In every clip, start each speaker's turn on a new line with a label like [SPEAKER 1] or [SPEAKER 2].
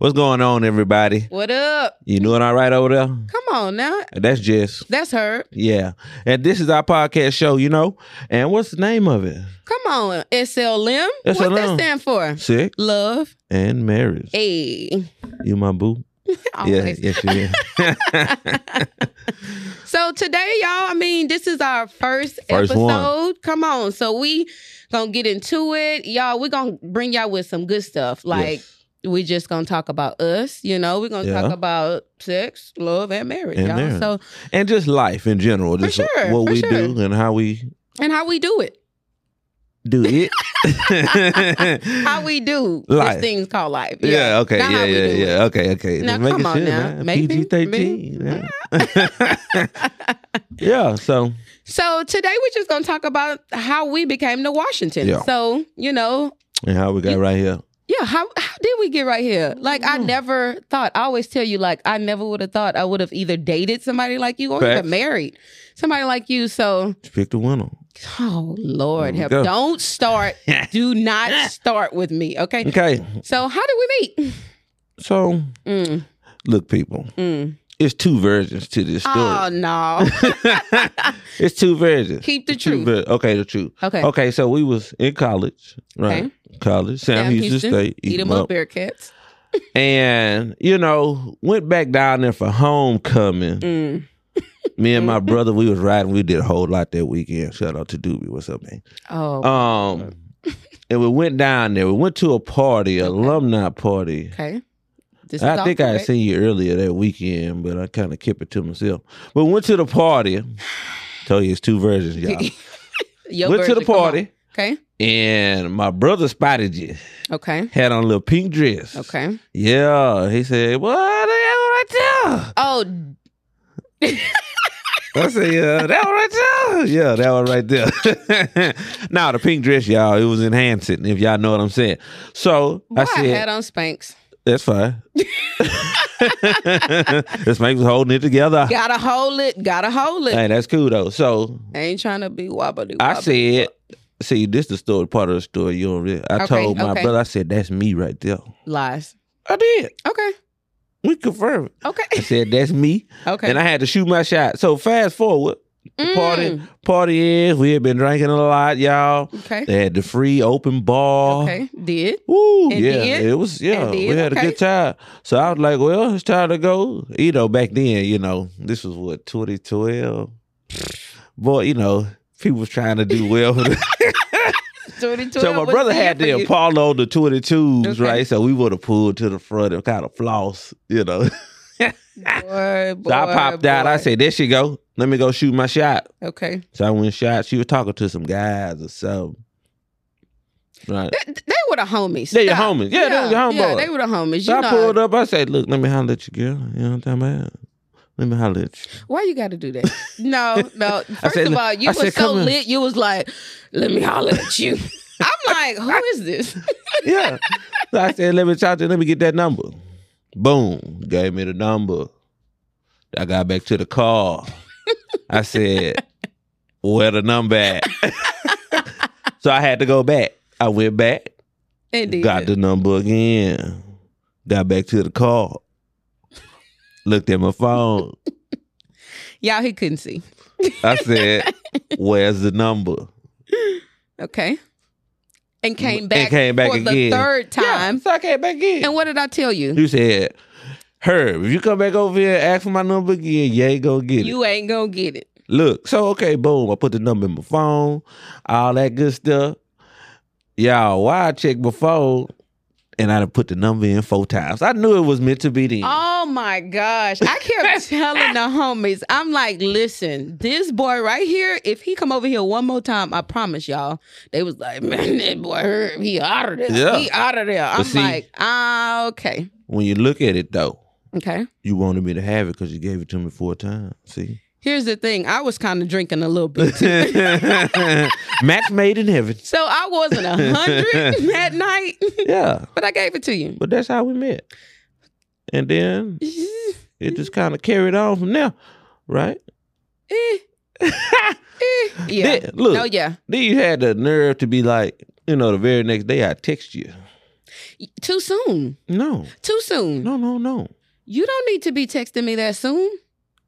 [SPEAKER 1] What's going on, everybody?
[SPEAKER 2] What up?
[SPEAKER 1] You doing all right over there?
[SPEAKER 2] Come on now.
[SPEAKER 1] That's Jess.
[SPEAKER 2] That's her.
[SPEAKER 1] Yeah. And this is our podcast show, you know? And what's the name of it?
[SPEAKER 2] Come on. SLM. What's that
[SPEAKER 1] SLM.
[SPEAKER 2] stand for?
[SPEAKER 1] Sick
[SPEAKER 2] Love.
[SPEAKER 1] and Marriage.
[SPEAKER 2] Hey.
[SPEAKER 1] You my boo? Yeah,
[SPEAKER 2] Always.
[SPEAKER 1] yes, you is.
[SPEAKER 2] So today, y'all, I mean, this is our first,
[SPEAKER 1] First
[SPEAKER 2] episode.
[SPEAKER 1] one.
[SPEAKER 2] Come on. So we gonna get into it. Y'all, we gonna bring y'all with some good stuff. Like
[SPEAKER 1] Yes.
[SPEAKER 2] we just gonna talk about us, you know, we gonna
[SPEAKER 1] Yeah.
[SPEAKER 2] talk about sex, love, and marriage,
[SPEAKER 1] And
[SPEAKER 2] y'all.
[SPEAKER 1] marriage.
[SPEAKER 2] So
[SPEAKER 1] and just life in general. Just
[SPEAKER 2] sure,
[SPEAKER 1] what
[SPEAKER 2] for
[SPEAKER 1] we do
[SPEAKER 2] sure.
[SPEAKER 1] and how we
[SPEAKER 2] and how we do it.
[SPEAKER 1] do it.
[SPEAKER 2] How we do
[SPEAKER 1] Life.
[SPEAKER 2] this thing's called life.
[SPEAKER 1] Yeah, okay.
[SPEAKER 2] Not
[SPEAKER 1] yeah,
[SPEAKER 2] how we
[SPEAKER 1] yeah,
[SPEAKER 2] do it.
[SPEAKER 1] yeah. Okay, okay.
[SPEAKER 2] Now,
[SPEAKER 1] Just making
[SPEAKER 2] come on
[SPEAKER 1] sure,
[SPEAKER 2] now.
[SPEAKER 1] man.
[SPEAKER 2] Maybe,
[SPEAKER 1] PG 13. Yeah. yeah, so
[SPEAKER 2] So today we're just gonna talk about how we became the Washington.
[SPEAKER 1] Yeah.
[SPEAKER 2] So you know,
[SPEAKER 1] and how we got right here.
[SPEAKER 2] yeah, how how did we get right here? Like I
[SPEAKER 1] Mhm.
[SPEAKER 2] never thought. I always tell you, like I never would have thought I would have either dated somebody like you or
[SPEAKER 1] Facts.
[SPEAKER 2] even married somebody like you. So
[SPEAKER 1] Just pick the winner.
[SPEAKER 2] oh Lord,
[SPEAKER 1] There we
[SPEAKER 2] help!
[SPEAKER 1] go.
[SPEAKER 2] Don't start. do not start with me. Okay.
[SPEAKER 1] Okay.
[SPEAKER 2] So how did we meet?
[SPEAKER 1] So
[SPEAKER 2] Mm,
[SPEAKER 1] look, people,
[SPEAKER 2] mm.
[SPEAKER 1] it's two versions to this story.
[SPEAKER 2] Oh no.
[SPEAKER 1] it's two versions.
[SPEAKER 2] Keep the
[SPEAKER 1] It's two
[SPEAKER 2] truth.
[SPEAKER 1] ver- okay, the truth.
[SPEAKER 2] Okay.
[SPEAKER 1] Okay, so we was in college, right?
[SPEAKER 2] Okay.
[SPEAKER 1] College, Sam,
[SPEAKER 2] Sam
[SPEAKER 1] Houston,
[SPEAKER 2] Houston,
[SPEAKER 1] State,
[SPEAKER 2] Eat 'em up, Bearcats.
[SPEAKER 1] and you know went back down there for homecoming.
[SPEAKER 2] Mm.
[SPEAKER 1] Me and
[SPEAKER 2] Mm-hmm.
[SPEAKER 1] my brother, we was riding. We did a whole lot that weekend. Shout out to Doobie, what's up, man?
[SPEAKER 2] Oh.
[SPEAKER 1] Um, and we went down there. We went to a party,
[SPEAKER 2] Okay.
[SPEAKER 1] alumni party.
[SPEAKER 2] okay. This is
[SPEAKER 1] I
[SPEAKER 2] all
[SPEAKER 1] think I had
[SPEAKER 2] correct.
[SPEAKER 1] seen you earlier that weekend, but I kind of kept it to myself. But went to the party. Told you it's two versions, y'all.
[SPEAKER 2] Your
[SPEAKER 1] went to the
[SPEAKER 2] version, come on.
[SPEAKER 1] party,
[SPEAKER 2] Okay.
[SPEAKER 1] and my brother spotted you.
[SPEAKER 2] Okay.
[SPEAKER 1] Had on a little pink dress.
[SPEAKER 2] Okay.
[SPEAKER 1] Yeah. He said, What the hell I tell?
[SPEAKER 2] Oh,
[SPEAKER 1] I said, Yeah, that one right there. Yeah, that one right there. now, the pink dress, y'all, it was enhancing, if y'all know what I'm saying. So
[SPEAKER 2] boy, I,
[SPEAKER 1] I said,
[SPEAKER 2] had on Spanx.
[SPEAKER 1] That's fine. this makes holding it together.
[SPEAKER 2] Gotta hold it. Gotta hold it.
[SPEAKER 1] Hey, that's cool though. So
[SPEAKER 2] I ain't trying to be wobbly.
[SPEAKER 1] I said, see, this the story, part of the story. You don't really. I
[SPEAKER 2] uh, Okay,
[SPEAKER 1] told my
[SPEAKER 2] okay.
[SPEAKER 1] brother, I said, that's me right there.
[SPEAKER 2] lies.
[SPEAKER 1] I did.
[SPEAKER 2] Okay.
[SPEAKER 1] We confirmed. it. I
[SPEAKER 2] Okay.
[SPEAKER 1] said, that's me.
[SPEAKER 2] Okay.
[SPEAKER 1] And I had to shoot my shot. So fast forward, the party,
[SPEAKER 2] Mm.
[SPEAKER 1] party is, we had been drinking a lot, y'all.
[SPEAKER 2] Okay.
[SPEAKER 1] They had the free open bar.
[SPEAKER 2] Okay. Did.
[SPEAKER 1] Woo,
[SPEAKER 2] And
[SPEAKER 1] yeah,
[SPEAKER 2] did?
[SPEAKER 1] it was yeah.
[SPEAKER 2] And did?
[SPEAKER 1] We had a
[SPEAKER 2] Okay.
[SPEAKER 1] good time, so I was like, "Well, it's time to go." You know, back then, you know, this was what 2012. Boy, you know, people was trying to do well. so my brother had the Apollo, the 22s,
[SPEAKER 2] Okay.
[SPEAKER 1] right? So we would have pulled to the front and kind of floss, you know. so
[SPEAKER 2] Boy, boy,
[SPEAKER 1] I popped out. I
[SPEAKER 2] boy.
[SPEAKER 1] said, "There she go. Let me go shoot my shot."
[SPEAKER 2] Okay.
[SPEAKER 1] So I went and shot. She was talking to some guys or something. Right.
[SPEAKER 2] They, they were the homies.
[SPEAKER 1] They're your
[SPEAKER 2] Stop.
[SPEAKER 1] homies. Yeah, they're your
[SPEAKER 2] Yeah,
[SPEAKER 1] homeboys.
[SPEAKER 2] they were the homies.
[SPEAKER 1] So
[SPEAKER 2] You
[SPEAKER 1] I
[SPEAKER 2] know,
[SPEAKER 1] pulled up. I said, "Look, let me holler at you, girl. You know what I'm talking about? Let me holler at you."
[SPEAKER 2] Why you got to do that? No, no. First
[SPEAKER 1] said,
[SPEAKER 2] of all, you
[SPEAKER 1] I
[SPEAKER 2] was
[SPEAKER 1] said,
[SPEAKER 2] so
[SPEAKER 1] "Come here."
[SPEAKER 2] lit. You was like, "Let me holler at you." I'm like, "Who is this?"
[SPEAKER 1] Yeah. so I said, "Let me talk to. you. Let me get that number." Boom. Gave me the number. I got back to the car. I said, "Where the number at?" so I had to go back. I went back.
[SPEAKER 2] Indeed.
[SPEAKER 1] Got the number again. Got back to the car. Looked at my phone.
[SPEAKER 2] Y'all, he couldn't see.
[SPEAKER 1] I said, "Where's the number?"
[SPEAKER 2] Okay. And came
[SPEAKER 1] And
[SPEAKER 2] back.
[SPEAKER 1] came back
[SPEAKER 2] for
[SPEAKER 1] again.
[SPEAKER 2] the third
[SPEAKER 1] Yeah,
[SPEAKER 2] time.
[SPEAKER 1] so I came back in.
[SPEAKER 2] And what did I tell you?
[SPEAKER 1] You said, Herb, if you come back over here and ask for my number again, you ain't gonna get it.
[SPEAKER 2] You ain't gonna get it.
[SPEAKER 1] Look, so okay, boom, I put the number in my phone, all that good stuff. Y'all, why I checked my phone and I done put the number in four times. I knew it was meant to be then.
[SPEAKER 2] Oh my gosh! I kept telling the homies, I'm like, listen, this boy right here. If he come over here one more time, I promise y'all, they was like, man, that boy, Herb, he out of there.
[SPEAKER 1] Yeah.
[SPEAKER 2] He out of there. I'm
[SPEAKER 1] see-
[SPEAKER 2] like, ah, okay,
[SPEAKER 1] When you look at it though,
[SPEAKER 2] okay.
[SPEAKER 1] you wanted me to have it because you gave it to me four times. See?
[SPEAKER 2] Here's the thing. I was kind of drinking a little bit too.
[SPEAKER 1] Match made in heaven.
[SPEAKER 2] So I wasn't a hundred that night,
[SPEAKER 1] Yeah.
[SPEAKER 2] but I gave it to you.
[SPEAKER 1] But that's how we met. And then
[SPEAKER 2] Eh,
[SPEAKER 1] it just kind of carried on from there, right?
[SPEAKER 2] eh, yeah.
[SPEAKER 1] Then, look,
[SPEAKER 2] No, yeah.
[SPEAKER 1] then you had the nerve to be like, you know, the very next day I text you.
[SPEAKER 2] Too soon.
[SPEAKER 1] No,
[SPEAKER 2] Too soon.
[SPEAKER 1] no, no, no.
[SPEAKER 2] You don't need to be texting me that soon.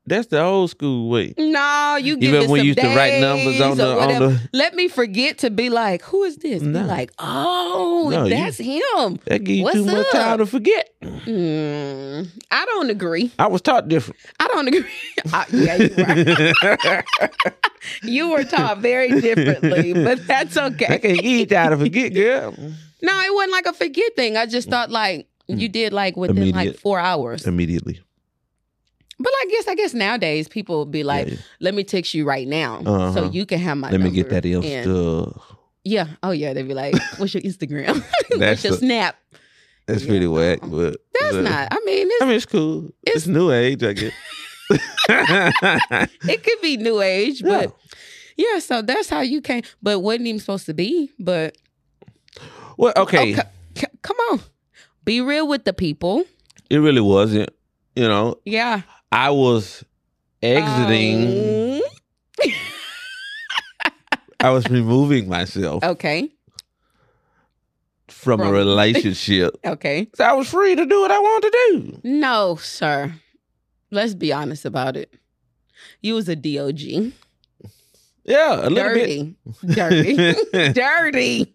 [SPEAKER 1] That's the old school way.
[SPEAKER 2] No, you give
[SPEAKER 1] Even
[SPEAKER 2] it
[SPEAKER 1] when
[SPEAKER 2] some
[SPEAKER 1] you used to write
[SPEAKER 2] days
[SPEAKER 1] numbers on
[SPEAKER 2] or
[SPEAKER 1] the- on
[SPEAKER 2] whatever.
[SPEAKER 1] the-
[SPEAKER 2] Let me forget to be like, who is this? Be
[SPEAKER 1] No.
[SPEAKER 2] like, oh,
[SPEAKER 1] No, you-
[SPEAKER 2] that's him.
[SPEAKER 1] That give you
[SPEAKER 2] What's
[SPEAKER 1] too much
[SPEAKER 2] up?
[SPEAKER 1] time to forget.
[SPEAKER 2] Mm, I don't agree.
[SPEAKER 1] I was taught different.
[SPEAKER 2] I don't agree. I- yeah, you're right. you were taught very differently, but that's
[SPEAKER 1] I
[SPEAKER 2] okay.
[SPEAKER 1] can't eat time to forget, girl.
[SPEAKER 2] No, it wasn't like a forget thing. I just thought like you did like within like
[SPEAKER 1] Mm. Immediate.
[SPEAKER 2] four hours.
[SPEAKER 1] Immediately.
[SPEAKER 2] But I guess I guess nowadays people would be like,
[SPEAKER 1] Yeah.
[SPEAKER 2] let me text you right now so
[SPEAKER 1] Uh-huh.
[SPEAKER 2] you can have my.
[SPEAKER 1] Let me get
[SPEAKER 2] number
[SPEAKER 1] that
[SPEAKER 2] and-
[SPEAKER 1] Insta.
[SPEAKER 2] Yeah. Oh yeah. They'd be like, "What's your Instagram? What's
[SPEAKER 1] That's
[SPEAKER 2] your
[SPEAKER 1] a-
[SPEAKER 2] Snap?"
[SPEAKER 1] That's
[SPEAKER 2] Yeah.
[SPEAKER 1] pretty whack, but
[SPEAKER 2] That's
[SPEAKER 1] but-
[SPEAKER 2] not. I mean, it's,
[SPEAKER 1] I mean, it's cool. It's,
[SPEAKER 2] It's-
[SPEAKER 1] new age, I guess.
[SPEAKER 2] it could be new age, but yeah. So that's how you came, but wasn't even supposed to be. But
[SPEAKER 1] Yeah. Well, okay.
[SPEAKER 2] Oh, c- c- come on, be real with the people.
[SPEAKER 1] It really wasn't. You know,
[SPEAKER 2] Yeah.
[SPEAKER 1] I was exiting.
[SPEAKER 2] Um,
[SPEAKER 1] I was removing myself
[SPEAKER 2] okay.
[SPEAKER 1] from,
[SPEAKER 2] Oh, from-
[SPEAKER 1] a relationship.
[SPEAKER 2] Okay.
[SPEAKER 1] so I was free to do what I wanted to do.
[SPEAKER 2] No, sir. Let's be honest about it. You was a dog.
[SPEAKER 1] Yeah, a little bit.
[SPEAKER 2] Dirty. Dirty. Dirty.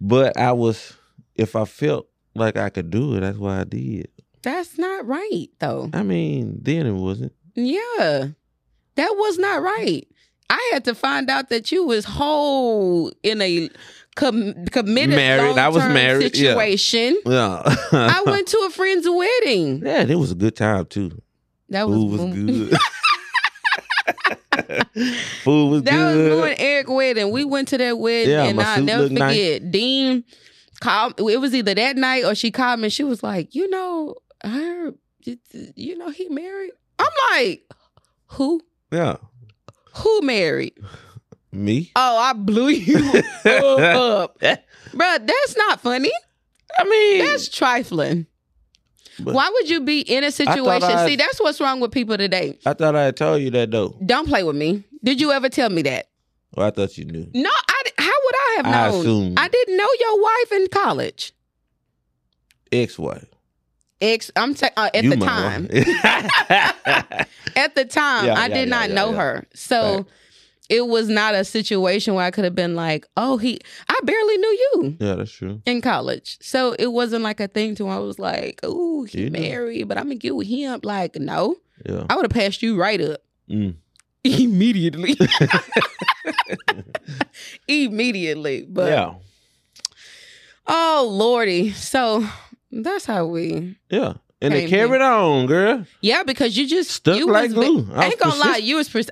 [SPEAKER 1] but I was, if I felt like I could do it, that's why I did.
[SPEAKER 2] That's not right, though.
[SPEAKER 1] I mean, then it wasn't.
[SPEAKER 2] Yeah. That was not right. I had to find out that you was whole in a com- committed
[SPEAKER 1] Married. I was
[SPEAKER 2] long-term
[SPEAKER 1] married, yeah.
[SPEAKER 2] situation.
[SPEAKER 1] Yeah.
[SPEAKER 2] I went to a friend's wedding.
[SPEAKER 1] Yeah, and it was a good time too.
[SPEAKER 2] That was,
[SPEAKER 1] Food was
[SPEAKER 2] when-
[SPEAKER 1] good. Food was
[SPEAKER 2] That was
[SPEAKER 1] good.
[SPEAKER 2] when Eric wedding. We went to that wedding,
[SPEAKER 1] Yeah,
[SPEAKER 2] and
[SPEAKER 1] my
[SPEAKER 2] I'll
[SPEAKER 1] suit
[SPEAKER 2] never
[SPEAKER 1] looked nice.
[SPEAKER 2] forget. Dean called. It was either that night or she called me. and She was like, "You know, her, you know, he married." I'm like, "Who?
[SPEAKER 1] yeah,
[SPEAKER 2] Who married?"
[SPEAKER 1] me.
[SPEAKER 2] Oh, I blew you up. Bruh, that's not funny.
[SPEAKER 1] I mean,
[SPEAKER 2] That's trifling.
[SPEAKER 1] But-
[SPEAKER 2] Why would you be in a situation?
[SPEAKER 1] I-
[SPEAKER 2] See, that's what's wrong with people today.
[SPEAKER 1] I thought I had told you that though.
[SPEAKER 2] Don't play with me. Did you ever tell me that?
[SPEAKER 1] Well, I thought you knew.
[SPEAKER 2] No, I, di- how would I have
[SPEAKER 1] I
[SPEAKER 2] known?
[SPEAKER 1] assumed
[SPEAKER 2] I didn't know your wife in college.
[SPEAKER 1] ex-wife
[SPEAKER 2] Ex, I'm ta- uh, at
[SPEAKER 1] You
[SPEAKER 2] the
[SPEAKER 1] my
[SPEAKER 2] time.
[SPEAKER 1] wife.
[SPEAKER 2] At the time,
[SPEAKER 1] Yeah,
[SPEAKER 2] I
[SPEAKER 1] yeah,
[SPEAKER 2] did
[SPEAKER 1] yeah,
[SPEAKER 2] not
[SPEAKER 1] yeah,
[SPEAKER 2] know
[SPEAKER 1] yeah.
[SPEAKER 2] her, so
[SPEAKER 1] Right.
[SPEAKER 2] it was not a situation where I could have been like, "Oh, he." I barely knew you.
[SPEAKER 1] yeah, that's true.
[SPEAKER 2] in college. So it wasn't like a thing to where I was like, ooh, he
[SPEAKER 1] You know.
[SPEAKER 2] married, but I'm gonna get with him. Like, no.
[SPEAKER 1] Yeah.
[SPEAKER 2] I would have passed you right up.
[SPEAKER 1] Mm.
[SPEAKER 2] Immediately. Immediately. But
[SPEAKER 1] yeah.
[SPEAKER 2] oh lordy. So that's how we
[SPEAKER 1] Yeah. And
[SPEAKER 2] Came
[SPEAKER 1] they carried on, girl.
[SPEAKER 2] Yeah, because you just
[SPEAKER 1] Stuck
[SPEAKER 2] you
[SPEAKER 1] like
[SPEAKER 2] was, ve-
[SPEAKER 1] glue.
[SPEAKER 2] I
[SPEAKER 1] was
[SPEAKER 2] ain't gonna lie,
[SPEAKER 1] persist-
[SPEAKER 2] you was pers-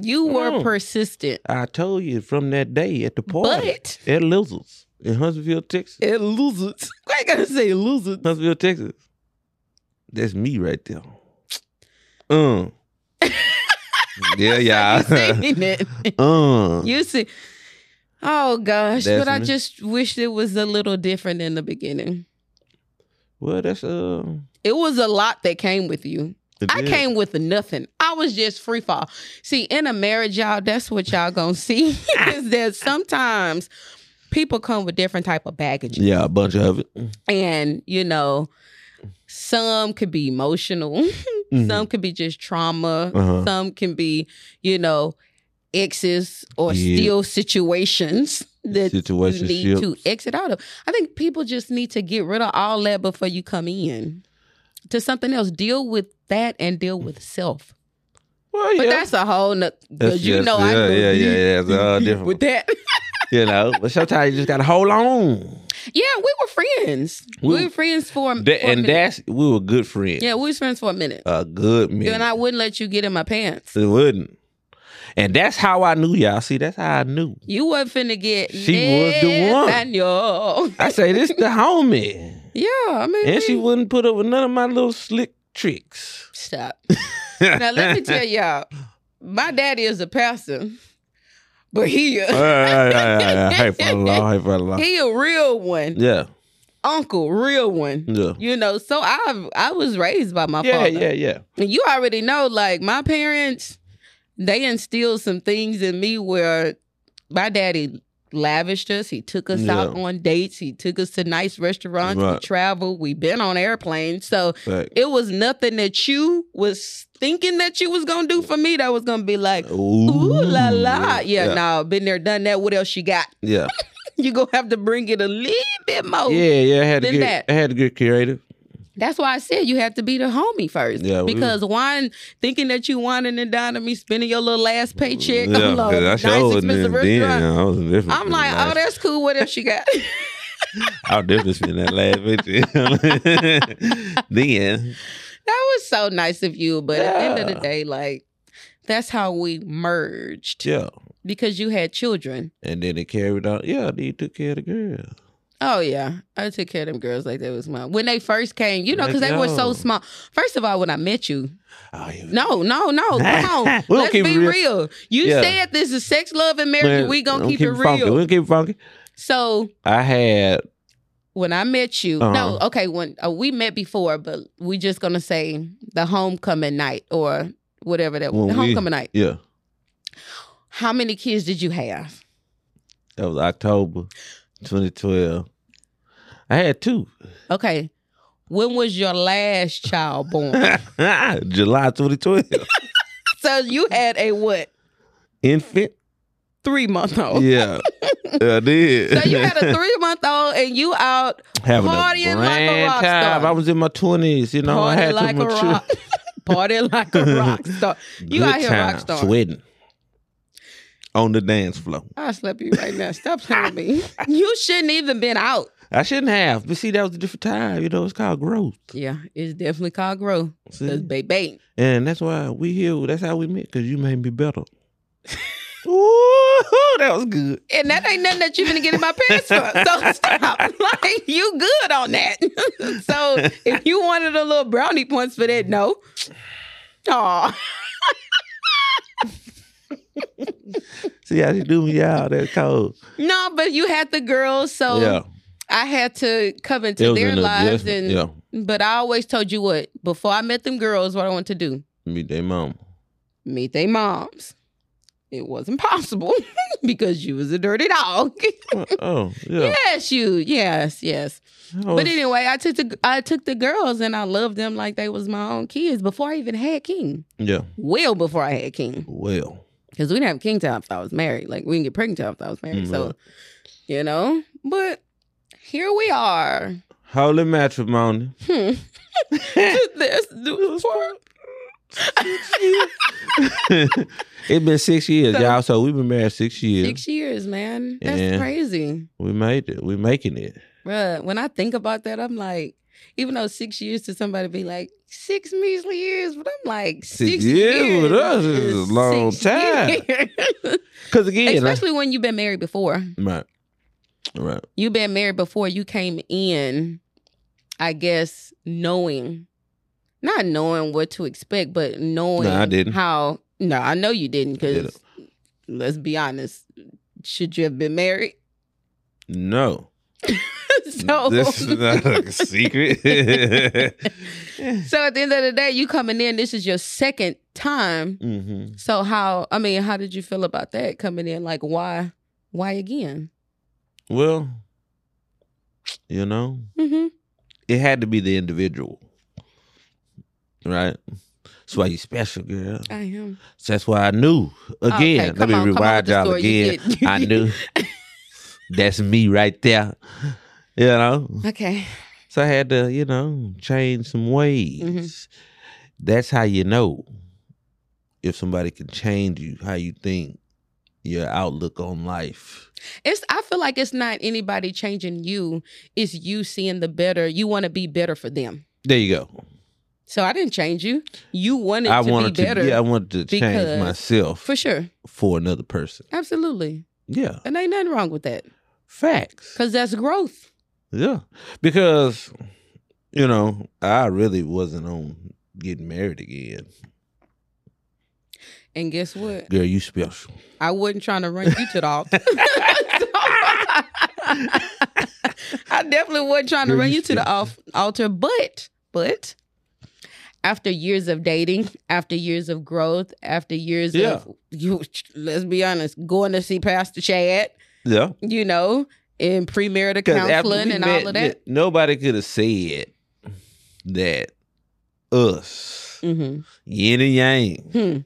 [SPEAKER 2] you were
[SPEAKER 1] Mm.
[SPEAKER 2] persistent.
[SPEAKER 1] I told you from that day at the party
[SPEAKER 2] But
[SPEAKER 1] at Lizzle's in Huntsville, Texas.
[SPEAKER 2] it loses. I gotta say loses.
[SPEAKER 1] Huntsville, Texas. That's me right there. Mm. yeah, yeah.
[SPEAKER 2] You seen it.
[SPEAKER 1] mm.
[SPEAKER 2] You see, oh gosh,
[SPEAKER 1] That's
[SPEAKER 2] but I
[SPEAKER 1] me.
[SPEAKER 2] just wish it was a little different in the beginning.
[SPEAKER 1] Well, that's uh.
[SPEAKER 2] It was a lot that came with you.
[SPEAKER 1] it
[SPEAKER 2] I
[SPEAKER 1] is.
[SPEAKER 2] came with nothing. I was just free fall. See, in a marriage, y'all, that's what y'all gonna see is that sometimes people come with different type of baggage,
[SPEAKER 1] Yeah, a bunch of it.
[SPEAKER 2] and you know, some could be emotional,
[SPEAKER 1] Mm-hmm.
[SPEAKER 2] some could be just trauma,
[SPEAKER 1] Uh-huh.
[SPEAKER 2] some can be, you know, exes or
[SPEAKER 1] Yeah.
[SPEAKER 2] still situations that you need
[SPEAKER 1] Situationships.
[SPEAKER 2] to exit out of. I think people just need to get rid of all that before you come in to something else. Deal with that and deal with self.
[SPEAKER 1] Well, Mm-hmm. yeah.
[SPEAKER 2] But that's a whole no- because you
[SPEAKER 1] just-
[SPEAKER 2] know I
[SPEAKER 1] yeah,
[SPEAKER 2] go
[SPEAKER 1] yeah, yeah, yeah. It's
[SPEAKER 2] deep,
[SPEAKER 1] all
[SPEAKER 2] deep
[SPEAKER 1] different.
[SPEAKER 2] with that.
[SPEAKER 1] you know, but sometimes you just gotta hold on.
[SPEAKER 2] yeah, we were friends. We,
[SPEAKER 1] We-
[SPEAKER 2] were friends for,
[SPEAKER 1] That-
[SPEAKER 2] for a
[SPEAKER 1] and
[SPEAKER 2] minute.
[SPEAKER 1] that's we were good friends.
[SPEAKER 2] yeah, we was friends for a minute.
[SPEAKER 1] a good man.
[SPEAKER 2] And I wouldn't let you get in my pants.
[SPEAKER 1] it wouldn't. And that's how I knew y'all. See, that's how I knew.
[SPEAKER 2] You wasn't finna get
[SPEAKER 1] She was the one.
[SPEAKER 2] Nathaniel.
[SPEAKER 1] I say this the homie,
[SPEAKER 2] Yeah, I mean,
[SPEAKER 1] and she
[SPEAKER 2] we-
[SPEAKER 1] wouldn't put up with none of my little slick tricks.
[SPEAKER 2] stop. now let me tell y'all, my daddy is a pastor, but he a,
[SPEAKER 1] hey, for Allah, hey, for Allah.
[SPEAKER 2] he a real one,
[SPEAKER 1] Yeah,
[SPEAKER 2] uncle, real one.
[SPEAKER 1] yeah,
[SPEAKER 2] You know, so I I was raised by my
[SPEAKER 1] yeah,
[SPEAKER 2] father.
[SPEAKER 1] yeah, yeah.
[SPEAKER 2] And you already know, like my parents, they instilled some things in me where my daddy lavished us. He took us
[SPEAKER 1] Yeah.
[SPEAKER 2] out on dates. He took us to nice restaurants. We
[SPEAKER 1] Right.
[SPEAKER 2] traveled. We've been on airplanes. So
[SPEAKER 1] Like,
[SPEAKER 2] it was nothing that you was thinking that you was gonna do for me that was gonna be like,
[SPEAKER 1] ooh,
[SPEAKER 2] ooh la la. Yeah,
[SPEAKER 1] yeah,
[SPEAKER 2] no, been there, done that. What else you got?
[SPEAKER 1] yeah,
[SPEAKER 2] You gonna have to bring it a little bit more.
[SPEAKER 1] yeah, yeah. I had to
[SPEAKER 2] Oh, Then
[SPEAKER 1] get,
[SPEAKER 2] that.
[SPEAKER 1] I had to get creative.
[SPEAKER 2] That's why I said you have to be the homie first.
[SPEAKER 1] Yeah, we-
[SPEAKER 2] because one, thinking that you wanting and dining me, spending your little last paycheck
[SPEAKER 1] yeah,
[SPEAKER 2] on a
[SPEAKER 1] 'cause I
[SPEAKER 2] nice
[SPEAKER 1] sure wasn't
[SPEAKER 2] expensive
[SPEAKER 1] in- then,
[SPEAKER 2] restaurant.
[SPEAKER 1] I was different.
[SPEAKER 2] I'm like, oh, that's cool. What else you got?
[SPEAKER 1] I'll definitely spend that last bitch. then,
[SPEAKER 2] that was so nice of you. But at the end of the
[SPEAKER 1] Yeah.
[SPEAKER 2] day, like, that's how we merged
[SPEAKER 1] yeah,
[SPEAKER 2] because you had children.
[SPEAKER 1] and then it carried on. Yeah, then you took care of the girl.
[SPEAKER 2] Oh, yeah. I took care of them girls like they was mine. When they first came, you know, because they were so
[SPEAKER 1] Yo.
[SPEAKER 2] small. First of all, when I met you,
[SPEAKER 1] Oh, yeah.
[SPEAKER 2] No, no, no. Come
[SPEAKER 1] We don't
[SPEAKER 2] on. Let's be
[SPEAKER 1] keep it
[SPEAKER 2] real.
[SPEAKER 1] real.
[SPEAKER 2] You
[SPEAKER 1] Yeah.
[SPEAKER 2] said this is sex, love, and marriage.
[SPEAKER 1] Man,
[SPEAKER 2] and we gonna
[SPEAKER 1] don't
[SPEAKER 2] keep, it
[SPEAKER 1] funky.
[SPEAKER 2] real.
[SPEAKER 1] We keep it funky.
[SPEAKER 2] So
[SPEAKER 1] I had
[SPEAKER 2] when I met you, no,
[SPEAKER 1] Uh-huh.
[SPEAKER 2] okay, when uh, we met before, but we just gonna say the homecoming night or whatever that
[SPEAKER 1] When
[SPEAKER 2] the
[SPEAKER 1] we-
[SPEAKER 2] homecoming night.
[SPEAKER 1] yeah.
[SPEAKER 2] How many kids did you have?
[SPEAKER 1] That was October 2012. I had two.
[SPEAKER 2] Okay. When was your last child born?
[SPEAKER 1] July 2012.
[SPEAKER 2] so you had a what?
[SPEAKER 1] Infant.
[SPEAKER 2] Three month old.
[SPEAKER 1] Yeah, I did.
[SPEAKER 2] Oh. So you had a three month old and you out
[SPEAKER 1] Having
[SPEAKER 2] partying
[SPEAKER 1] a
[SPEAKER 2] like a
[SPEAKER 1] grand
[SPEAKER 2] rock
[SPEAKER 1] time.
[SPEAKER 2] star.
[SPEAKER 1] I was in my twenties. You know, I
[SPEAKER 2] party
[SPEAKER 1] had
[SPEAKER 2] like
[SPEAKER 1] to
[SPEAKER 2] a
[SPEAKER 1] mature.
[SPEAKER 2] rock. party like a rock star. You
[SPEAKER 1] Good
[SPEAKER 2] out here rock
[SPEAKER 1] time,
[SPEAKER 2] star.
[SPEAKER 1] sweating on the dance floor.
[SPEAKER 2] I'll slap you right now. Stop playing with me. You shouldn't even been out.
[SPEAKER 1] I shouldn't have, but see, that was a different time. You know, it's called growth.
[SPEAKER 2] Yeah, it's definitely called growth.
[SPEAKER 1] See?
[SPEAKER 2] Cause baby,
[SPEAKER 1] And that's why we here. That's how we met, because you made me better. Ooh, that was good.
[SPEAKER 2] and that ain't nothing that you gonna get in my pants for. So stop. Like you good on that. so if you wanted a little brownie points for that, no. Aw.
[SPEAKER 1] See how she do me out. That's cold.
[SPEAKER 2] No, but you had the girls, so
[SPEAKER 1] yeah.
[SPEAKER 2] I had to come
[SPEAKER 1] It
[SPEAKER 2] into
[SPEAKER 1] was
[SPEAKER 2] their
[SPEAKER 1] an
[SPEAKER 2] lives and
[SPEAKER 1] adjustment.
[SPEAKER 2] but I always told you what, before I met them girls, what I want to do.
[SPEAKER 1] yeah. Meet their mom.
[SPEAKER 2] meet their moms. It wasn't possible because you was a dirty dog.
[SPEAKER 1] oh, yeah.
[SPEAKER 2] yes, you. Yes, yes.
[SPEAKER 1] I
[SPEAKER 2] But
[SPEAKER 1] was-
[SPEAKER 2] anyway, I took the I took the girls and I loved them like they was my own kids before I even had King.
[SPEAKER 1] yeah.
[SPEAKER 2] Well before I had King,
[SPEAKER 1] Well.
[SPEAKER 2] because we didn't have King till after I was married. Like we didn't get pregnant till after I was married. So,
[SPEAKER 1] Right.
[SPEAKER 2] you know. But here we are.
[SPEAKER 1] Holy matrimony.
[SPEAKER 2] Hmm. Did this do for?
[SPEAKER 1] it's been six years,
[SPEAKER 2] So-
[SPEAKER 1] y'all. So we've been married six years.
[SPEAKER 2] Six years, man. That's
[SPEAKER 1] Yeah.
[SPEAKER 2] crazy.
[SPEAKER 1] We made it. We making it.
[SPEAKER 2] Bruh, when I think about that, I'm like, even though six years to somebody be like, six measly years, but I'm like, six,
[SPEAKER 1] Six years with us is
[SPEAKER 2] is
[SPEAKER 1] a long
[SPEAKER 2] six
[SPEAKER 1] time.
[SPEAKER 2] years.
[SPEAKER 1] Cause again, I-
[SPEAKER 2] Especially when you've been married before.
[SPEAKER 1] right, right,
[SPEAKER 2] You've been married before you came in, I guess, knowing, not knowing what to expect, but knowing
[SPEAKER 1] Nah, I didn't.
[SPEAKER 2] how. No, I know you didn't because,
[SPEAKER 1] Didn't.
[SPEAKER 2] let's be honest, should you have been married?
[SPEAKER 1] no.
[SPEAKER 2] so
[SPEAKER 1] This is not a secret.
[SPEAKER 2] So at the end of the day, you coming in. This is your second time.
[SPEAKER 1] hmm
[SPEAKER 2] So how? I mean, how did you feel about that coming in? Like, why? Why again?
[SPEAKER 1] Well, you know,
[SPEAKER 2] hmm
[SPEAKER 1] it had to be the individual, right? That's why you special, girl.
[SPEAKER 2] I am
[SPEAKER 1] That's why I knew. Again,
[SPEAKER 2] Okay,
[SPEAKER 1] let
[SPEAKER 2] come
[SPEAKER 1] me
[SPEAKER 2] on, come on with
[SPEAKER 1] rewind
[SPEAKER 2] the
[SPEAKER 1] y'all
[SPEAKER 2] story. You
[SPEAKER 1] again.
[SPEAKER 2] did- you
[SPEAKER 1] I
[SPEAKER 2] did.
[SPEAKER 1] knew. That's me right there. You know,
[SPEAKER 2] Okay.
[SPEAKER 1] so I had to, you know, change some ways.
[SPEAKER 2] Mhm.
[SPEAKER 1] That's how you know if somebody can change you, how you think, your outlook on life.
[SPEAKER 2] It's. I feel like it's not anybody changing you. It's you seeing the better. You want to be better for them.
[SPEAKER 1] There you go.
[SPEAKER 2] So I didn't change you. You wanted
[SPEAKER 1] I
[SPEAKER 2] to
[SPEAKER 1] wanted
[SPEAKER 2] be better
[SPEAKER 1] to, yeah, I wanted to
[SPEAKER 2] because-
[SPEAKER 1] change myself
[SPEAKER 2] for sure.
[SPEAKER 1] for another person.
[SPEAKER 2] Absolutely.
[SPEAKER 1] Yeah,
[SPEAKER 2] And ain't nothing wrong with that
[SPEAKER 1] facts.
[SPEAKER 2] because that's growth.
[SPEAKER 1] Yeah, because you know I really wasn't on getting married again.
[SPEAKER 2] And guess what?
[SPEAKER 1] Girl, you special.
[SPEAKER 2] I wasn't trying to run you to the altar. So, I definitely wasn't trying to
[SPEAKER 1] Girl,
[SPEAKER 2] run
[SPEAKER 1] you
[SPEAKER 2] you to the off- altar, but but after years of dating, after years of growth, after years
[SPEAKER 1] Yeah.
[SPEAKER 2] of you, let's be honest, going to see Pastor Chad,
[SPEAKER 1] Yeah.
[SPEAKER 2] you know, in premarital
[SPEAKER 1] 'Cause after
[SPEAKER 2] counseling
[SPEAKER 1] we
[SPEAKER 2] and
[SPEAKER 1] met,
[SPEAKER 2] all of that.
[SPEAKER 1] n- Nobody could have said that us,
[SPEAKER 2] Mm-hmm.
[SPEAKER 1] yin and yang,
[SPEAKER 2] Hmm.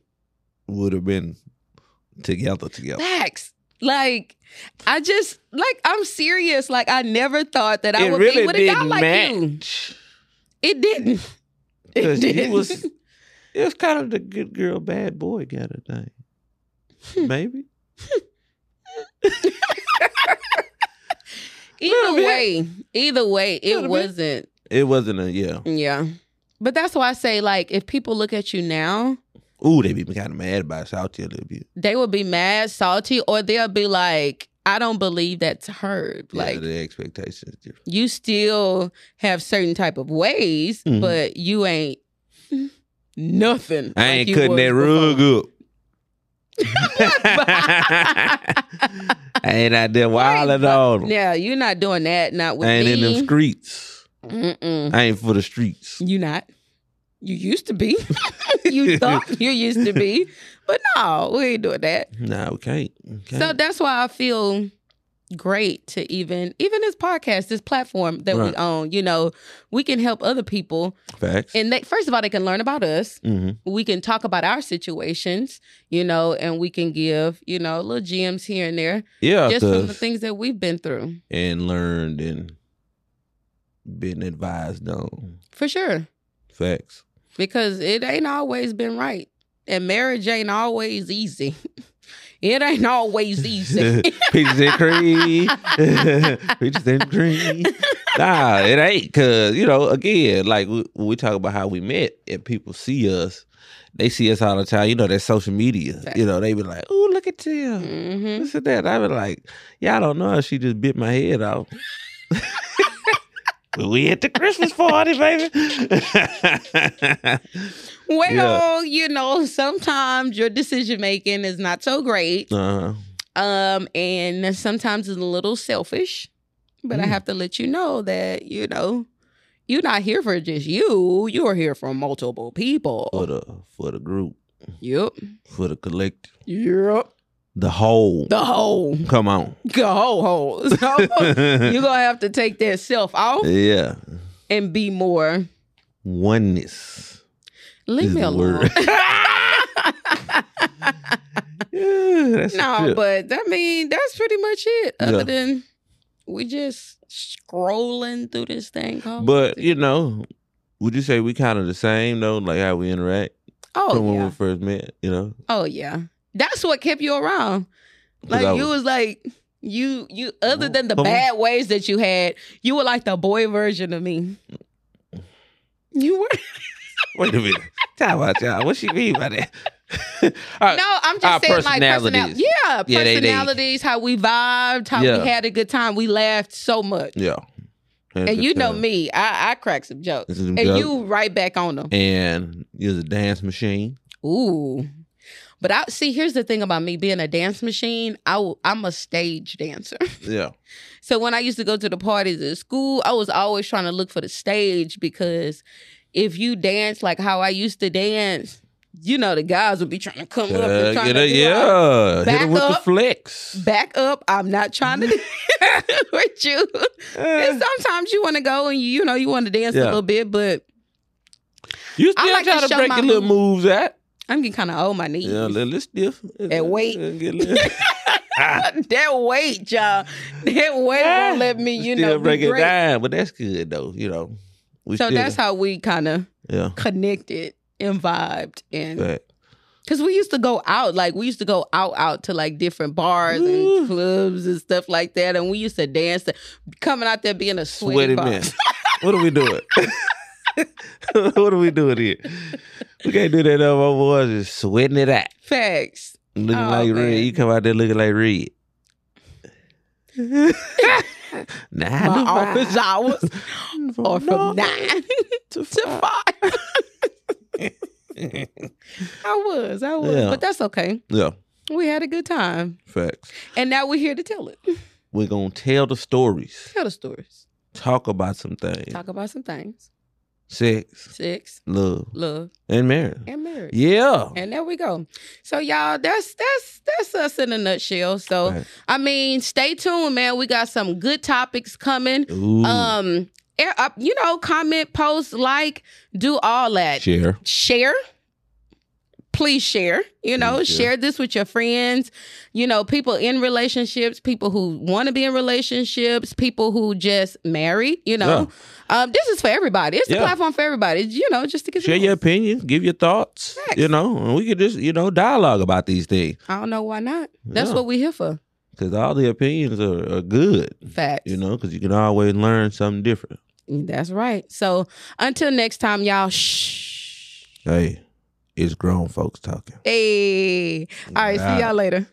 [SPEAKER 1] would have been together together.
[SPEAKER 2] Facts. Like, I just like I'm serious. Like I never thought that I
[SPEAKER 1] it
[SPEAKER 2] would
[SPEAKER 1] really
[SPEAKER 2] be with a guy
[SPEAKER 1] didn't
[SPEAKER 2] like you.
[SPEAKER 1] match.
[SPEAKER 2] It didn't. It
[SPEAKER 1] 'cause
[SPEAKER 2] didn't.
[SPEAKER 1] you was, it was kind of the good girl, bad boy kind of thing.
[SPEAKER 2] Hmm.
[SPEAKER 1] Maybe.
[SPEAKER 2] either
[SPEAKER 1] bit.
[SPEAKER 2] way, either way,
[SPEAKER 1] Little
[SPEAKER 2] it
[SPEAKER 1] bit.
[SPEAKER 2] wasn't.
[SPEAKER 1] It wasn't a, yeah.
[SPEAKER 2] Yeah. But that's why I say, like, if people look at you now,
[SPEAKER 1] Ooh, they be kind of mad about it. I'll tell you a bit.
[SPEAKER 2] they will be mad, salty, or they'll be like, I don't believe that's heard.
[SPEAKER 1] yeah,
[SPEAKER 2] Like,
[SPEAKER 1] the expectations different.
[SPEAKER 2] you still have certain type of ways,
[SPEAKER 1] Mhm.
[SPEAKER 2] but you ain't nothing.
[SPEAKER 1] I
[SPEAKER 2] like
[SPEAKER 1] ain't
[SPEAKER 2] you
[SPEAKER 1] cutting
[SPEAKER 2] was
[SPEAKER 1] that
[SPEAKER 2] before.
[SPEAKER 1] rug up. I ain't out there wilding on 'em.
[SPEAKER 2] Yeah, you're not doing that. Not with
[SPEAKER 1] I ain't in
[SPEAKER 2] me.
[SPEAKER 1] them streets.
[SPEAKER 2] Mm-mm.
[SPEAKER 1] I ain't for the streets.
[SPEAKER 2] You not. You used to be. you thought you used to be, but no, we ain't doing that.
[SPEAKER 1] Nah, we can't. We can't.
[SPEAKER 2] So that's why I feel great to even even this podcast, this platform that we
[SPEAKER 1] Right.
[SPEAKER 2] own. You know, we can help other people,
[SPEAKER 1] Facts.
[SPEAKER 2] and they, first of all, they can learn about us.
[SPEAKER 1] hmm
[SPEAKER 2] we can talk about our situations, you know, and we can give, you know, little gems here and there
[SPEAKER 1] Yeah,
[SPEAKER 2] just from the
[SPEAKER 1] 'cause-
[SPEAKER 2] things that we've been through.
[SPEAKER 1] and learned and been advised on.
[SPEAKER 2] For sure.
[SPEAKER 1] Facts.
[SPEAKER 2] Because it ain't always been right. And marriage ain't always easy. it ain't always easy.
[SPEAKER 1] Peaches and cream. Peaches and cream. Nah, it ain't. Because, you know, again, like we, when we talk about how we met, if people see us, they see us all the time. You know, that social media. You know, they be like, ooh, look at you.
[SPEAKER 2] hmm
[SPEAKER 1] This and that. I was like, y'all don't know how she just bit my head off. But we at the Christmas party, baby.
[SPEAKER 2] Well, you know, sometimes your decision making is not so great.
[SPEAKER 1] uh,
[SPEAKER 2] Um, and sometimes it's a little selfish, but I
[SPEAKER 1] Mm.
[SPEAKER 2] have to let you know that, you know, you're not here for just you. You are here for multiple people.
[SPEAKER 1] for the for the group,
[SPEAKER 2] Yep.
[SPEAKER 1] for the collective,
[SPEAKER 2] Yep.
[SPEAKER 1] the whole.
[SPEAKER 2] The whole,
[SPEAKER 1] Come on.
[SPEAKER 2] the whole whole. So you're gonna have to take that self off
[SPEAKER 1] yeah,
[SPEAKER 2] and be more.
[SPEAKER 1] oneness.
[SPEAKER 2] Leave
[SPEAKER 1] Is
[SPEAKER 2] me
[SPEAKER 1] the
[SPEAKER 2] alone.
[SPEAKER 1] word. Yeah, that's the
[SPEAKER 2] no,
[SPEAKER 1] trip.
[SPEAKER 2] but I mean that's pretty much it. Other
[SPEAKER 1] Yeah.
[SPEAKER 2] than we just scrolling through this thing called.
[SPEAKER 1] but you know, would you say we kind of the same though, like how we interact from
[SPEAKER 2] oh
[SPEAKER 1] when
[SPEAKER 2] yeah.
[SPEAKER 1] we first met? You know,
[SPEAKER 2] Oh yeah, that's what kept you around.
[SPEAKER 1] 'Cause
[SPEAKER 2] Like
[SPEAKER 1] I
[SPEAKER 2] you was like you you other than the
[SPEAKER 1] Come on.
[SPEAKER 2] bad ways that you had, you were like the boy version of me. You were
[SPEAKER 1] Wait a minute. Talk about y'all. What she mean by that? All right.
[SPEAKER 2] no, I'm
[SPEAKER 1] Uh, our
[SPEAKER 2] just saying like personalities.
[SPEAKER 1] personalities.
[SPEAKER 2] Yeah,
[SPEAKER 1] Yeah, they- they-
[SPEAKER 2] personalities, how we vibed, how
[SPEAKER 1] Yeah.
[SPEAKER 2] we had a good time, we laughed so much.
[SPEAKER 1] Yeah.
[SPEAKER 2] And you
[SPEAKER 1] uh,
[SPEAKER 2] know me, I I crack some jokes,
[SPEAKER 1] And
[SPEAKER 2] and you right back on them.
[SPEAKER 1] and you're the dance machine.
[SPEAKER 2] Ooh. But I see. Here's the thing about me being a dance machine. I w- I'm a stage dancer.
[SPEAKER 1] Yeah.
[SPEAKER 2] So when I used to go to the parties at school, I was always trying to look for the stage because if you dance like how I used to dance, you know the guys would be trying to come up and
[SPEAKER 1] Uh,
[SPEAKER 2] trying
[SPEAKER 1] get
[SPEAKER 2] to
[SPEAKER 1] it,
[SPEAKER 2] do all-
[SPEAKER 1] yeah. Hit
[SPEAKER 2] Back
[SPEAKER 1] it with the
[SPEAKER 2] up.
[SPEAKER 1] flex.
[SPEAKER 2] back up. I'm not trying to do with you.
[SPEAKER 1] Eh,
[SPEAKER 2] And sometimes you want to go and you, you know you want to dance a
[SPEAKER 1] Yeah.
[SPEAKER 2] little bit, but
[SPEAKER 1] you
[SPEAKER 2] I
[SPEAKER 1] still
[SPEAKER 2] like to
[SPEAKER 1] try to,
[SPEAKER 2] show
[SPEAKER 1] break
[SPEAKER 2] my
[SPEAKER 1] your little moves out.
[SPEAKER 2] I'm getting kind of old my knees.
[SPEAKER 1] Yeah, a little stiff.
[SPEAKER 2] And wait.
[SPEAKER 1] Get a little-
[SPEAKER 2] that weight, y'all. That weight won't let me, you
[SPEAKER 1] Eh, still
[SPEAKER 2] know,
[SPEAKER 1] break
[SPEAKER 2] be
[SPEAKER 1] it
[SPEAKER 2] great.
[SPEAKER 1] down, but that's good though. You know, we
[SPEAKER 2] So
[SPEAKER 1] still,
[SPEAKER 2] that's how we kind of
[SPEAKER 1] yeah.
[SPEAKER 2] connected and vibed and
[SPEAKER 1] But
[SPEAKER 2] Cause we used to go out, like we used to go out, out to like different bars
[SPEAKER 1] Ooh.
[SPEAKER 2] and clubs and stuff like that, and we used to dance. To, coming out there being a
[SPEAKER 1] sweaty
[SPEAKER 2] sweaty, ball.
[SPEAKER 1] man. What are we doing? what are we doing here? We can't do that no more. Boys just sweating it out,
[SPEAKER 2] Facts.
[SPEAKER 1] looking
[SPEAKER 2] Oh,
[SPEAKER 1] like
[SPEAKER 2] man.
[SPEAKER 1] red. You come out there looking like red. nah,
[SPEAKER 2] My office hours or
[SPEAKER 1] nine
[SPEAKER 2] from nine
[SPEAKER 1] Oh, to
[SPEAKER 2] to
[SPEAKER 1] five.
[SPEAKER 2] five. I was, I was,
[SPEAKER 1] Yeah.
[SPEAKER 2] but that's okay.
[SPEAKER 1] Yeah,
[SPEAKER 2] We had a good time,
[SPEAKER 1] facts.
[SPEAKER 2] and now we're here to tell it,
[SPEAKER 1] We're gonna tell the stories,
[SPEAKER 2] tell the stories,
[SPEAKER 1] talk about some things,
[SPEAKER 2] talk about some things.
[SPEAKER 1] sex,
[SPEAKER 2] Six,
[SPEAKER 1] love,
[SPEAKER 2] love,
[SPEAKER 1] and marriage.
[SPEAKER 2] and marriage.
[SPEAKER 1] Yeah.
[SPEAKER 2] And there we go. So y'all, that's that's that's us in a nutshell. So
[SPEAKER 1] Right.
[SPEAKER 2] I mean, stay tuned, man. We got some good topics coming.
[SPEAKER 1] Ooh.
[SPEAKER 2] Um, eh, uh, you know, comment, post, like, do all that.
[SPEAKER 1] Share.
[SPEAKER 2] share. Please share. You know,
[SPEAKER 1] Please share.
[SPEAKER 2] share this with your friends. You know, people in relationships, people who want to be in relationships, people who just married. You know, um, this is for everybody. It's a
[SPEAKER 1] Yeah.
[SPEAKER 2] platform for everybody. You know, just to get to
[SPEAKER 1] Share
[SPEAKER 2] know
[SPEAKER 1] your
[SPEAKER 2] us.
[SPEAKER 1] opinions. Give your thoughts.
[SPEAKER 2] Facts.
[SPEAKER 1] You know, and we could just, you know, dialogue about these things.
[SPEAKER 2] I don't know why not. That's
[SPEAKER 1] Yeah.
[SPEAKER 2] what we're here for.
[SPEAKER 1] Because all the opinions are, are good.
[SPEAKER 2] Facts.
[SPEAKER 1] You know, because you can always learn something different.
[SPEAKER 2] That's right. So until next time, y'all. Shh.
[SPEAKER 1] Hey, it's grown folks talking.
[SPEAKER 2] Hey. All right. See y'all later.